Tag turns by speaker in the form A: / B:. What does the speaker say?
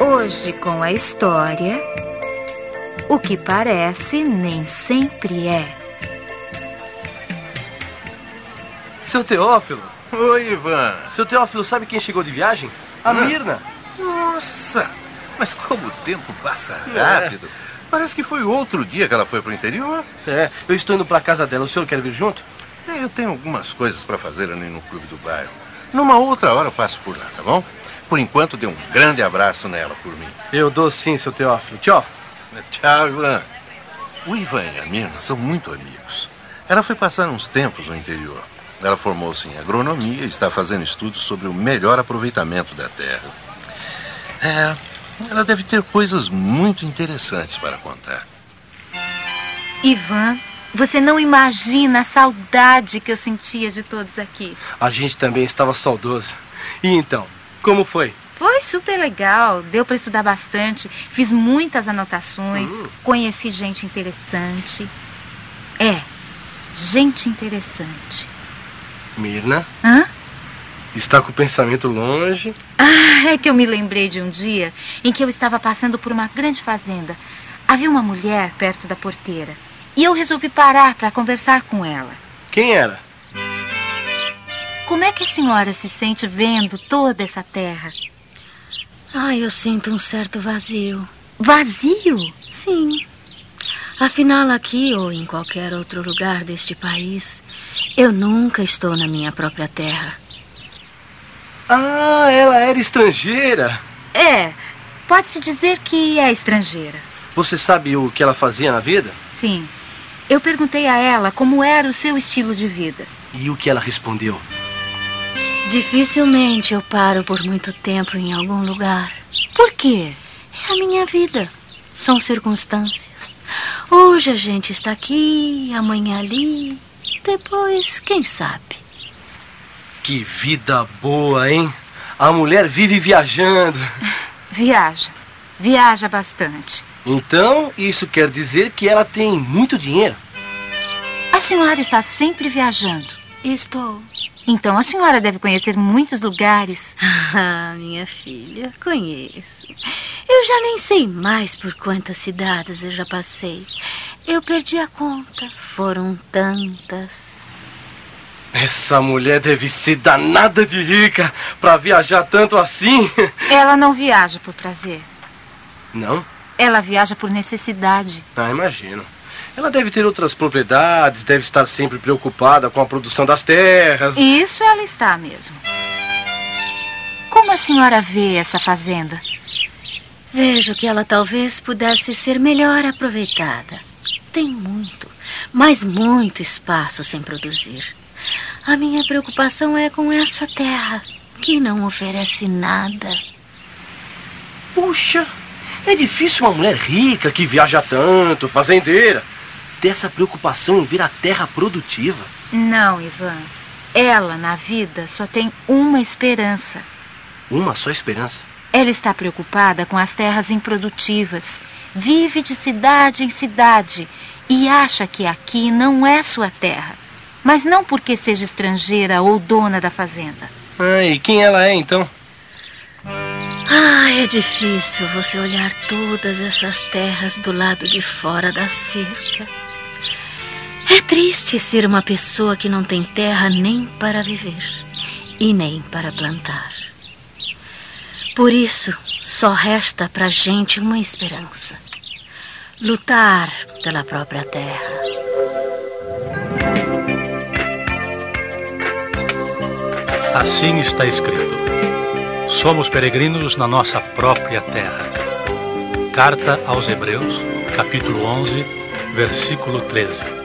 A: Hoje com a história O que parece nem sempre é.
B: Seu Teófilo,
C: Oi, Ivan.
B: seu Teófilo, sabe quem chegou de viagem? A
C: Hum.
B: Mirna.
C: Nossa, mas como o tempo passa rápido. Parece que foi outro dia que ela foi pro interior.
B: É, eu estou indo pra casa dela. O senhor quer vir junto?
C: É, Eu tenho algumas coisas para fazer ali no clube do bairro. Numa outra hora eu passo por lá, tá bom? Por enquanto, dê um grande abraço nela por mim.
B: Eu dou sim, seu Teófilo. Tchau.
C: Tchau, Ivan. O Ivan e a Mirna são muito amigos. Ela foi passar uns tempos no interior. Ela formou-se em agronomia e está fazendo estudos sobre o melhor aproveitamento da terra. É, ela deve ter coisas muito interessantes para contar.
A: Ivan, você não imagina a saudade que eu sentia de todos aqui.
B: A gente também estava saudoso. E então, como foi?
A: Foi super legal, deu para estudar bastante, fiz muitas anotações, conheci gente interessante. É, gente interessante.
B: Mirna,
A: Hã?
B: está com o pensamento longe.
A: Ah, é que eu me lembrei de um dia em que eu estava passando por uma grande fazenda. Havia uma mulher perto da porteira e eu resolvi parar para conversar com ela.
B: Quem era?
A: Como é que a senhora se sente vendo toda essa terra?
D: Ai, eu sinto um certo vazio.
A: Vazio?
D: Sim. Afinal, aqui ou em qualquer outro lugar deste país, eu nunca estou na minha própria terra.
B: Ah, ela era estrangeira.
A: É, pode-se dizer que é estrangeira.
B: Você sabe o que ela fazia na vida?
A: Sim. Eu perguntei a ela como era o seu estilo de vida.
B: E o que ela respondeu?
D: Dificilmente eu paro por muito tempo em algum lugar.
A: Por quê?
D: É a minha vida. São circunstâncias. Hoje a gente está aqui, amanhã ali. Depois, quem sabe?
B: Que vida boa, hein? A mulher vive viajando.
A: Viaja. Viaja bastante.
B: Então, isso quer dizer que ela tem muito dinheiro.
A: A senhora está sempre viajando.
D: Estou.
A: Então a senhora deve conhecer muitos lugares.
D: Ah, minha filha, conheço. Eu já nem sei mais por quantas cidades eu já passei. Eu perdi a conta. Foram tantas.
B: Essa mulher deve ser danada de rica pra viajar tanto assim.
A: Ela não viaja por prazer.
B: Não?
A: Ela viaja por necessidade.
B: Ah, imagino. Ela deve ter outras propriedades, deve estar sempre preocupada com a produção das terras.
A: E isso ela está mesmo. Como a senhora vê essa fazenda?
D: Vejo que ela talvez pudesse ser melhor aproveitada. Tem muito, mas muito espaço sem produzir. A minha preocupação é com essa terra, que não oferece nada.
B: Puxa, é difícil uma mulher rica que viaja tanto, fazendeira, ter essa preocupação em ver a terra produtiva.
A: Não, Ivan. Ela, na vida, só tem uma esperança.
B: Uma só esperança.
A: Ela está preocupada com as terras improdutivas. Vive de cidade em cidade e acha que aqui não é sua terra. Mas não porque seja estrangeira ou dona da fazenda.
B: Ah, e quem ela é então?
D: Ah, é difícil você olhar todas essas terras do lado de fora da cerca. É triste ser uma pessoa que não tem terra nem para viver e nem para plantar. Por isso, só resta pra gente uma esperança: lutar pela própria terra.
E: Assim está escrito. Somos peregrinos na nossa própria terra. Carta aos Hebreus, capítulo 11, versículo 13.